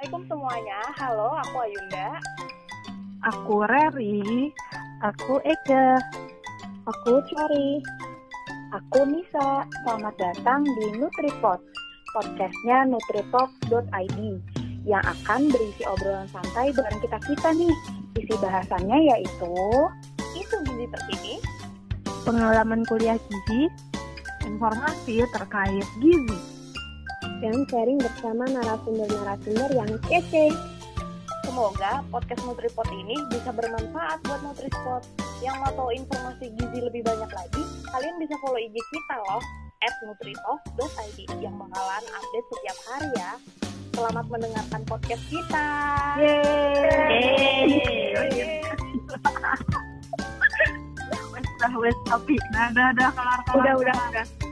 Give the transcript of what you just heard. Assalamualaikum semuanya. Halo, aku Ayunda. Aku Rari. Aku Eka. Aku Cari. Aku Nisa. Selamat datang di NutriPod, podcastnya nutritalk.id yang akan berisi obrolan santai bareng kita-kita nih. Isi bahasannya yaitu Isu gizi terkini. Pengalaman kuliah gizi. Informasi terkait gizi. dan sharing bersama narasumber-narasumber yang kece. Semoga podcast NutriPod ini bisa bermanfaat buat NutriSpot. Yang mau tahu informasi gizi lebih banyak lagi, kalian bisa follow IG kita loh @nutritalk.id yang bakalan update setiap hari ya. Selamat mendengarkan podcast kita. Yeay. Yeay. Wes, wes, tapi. Nah, udah, udah, kelar, kelar. Udah, udah, udah.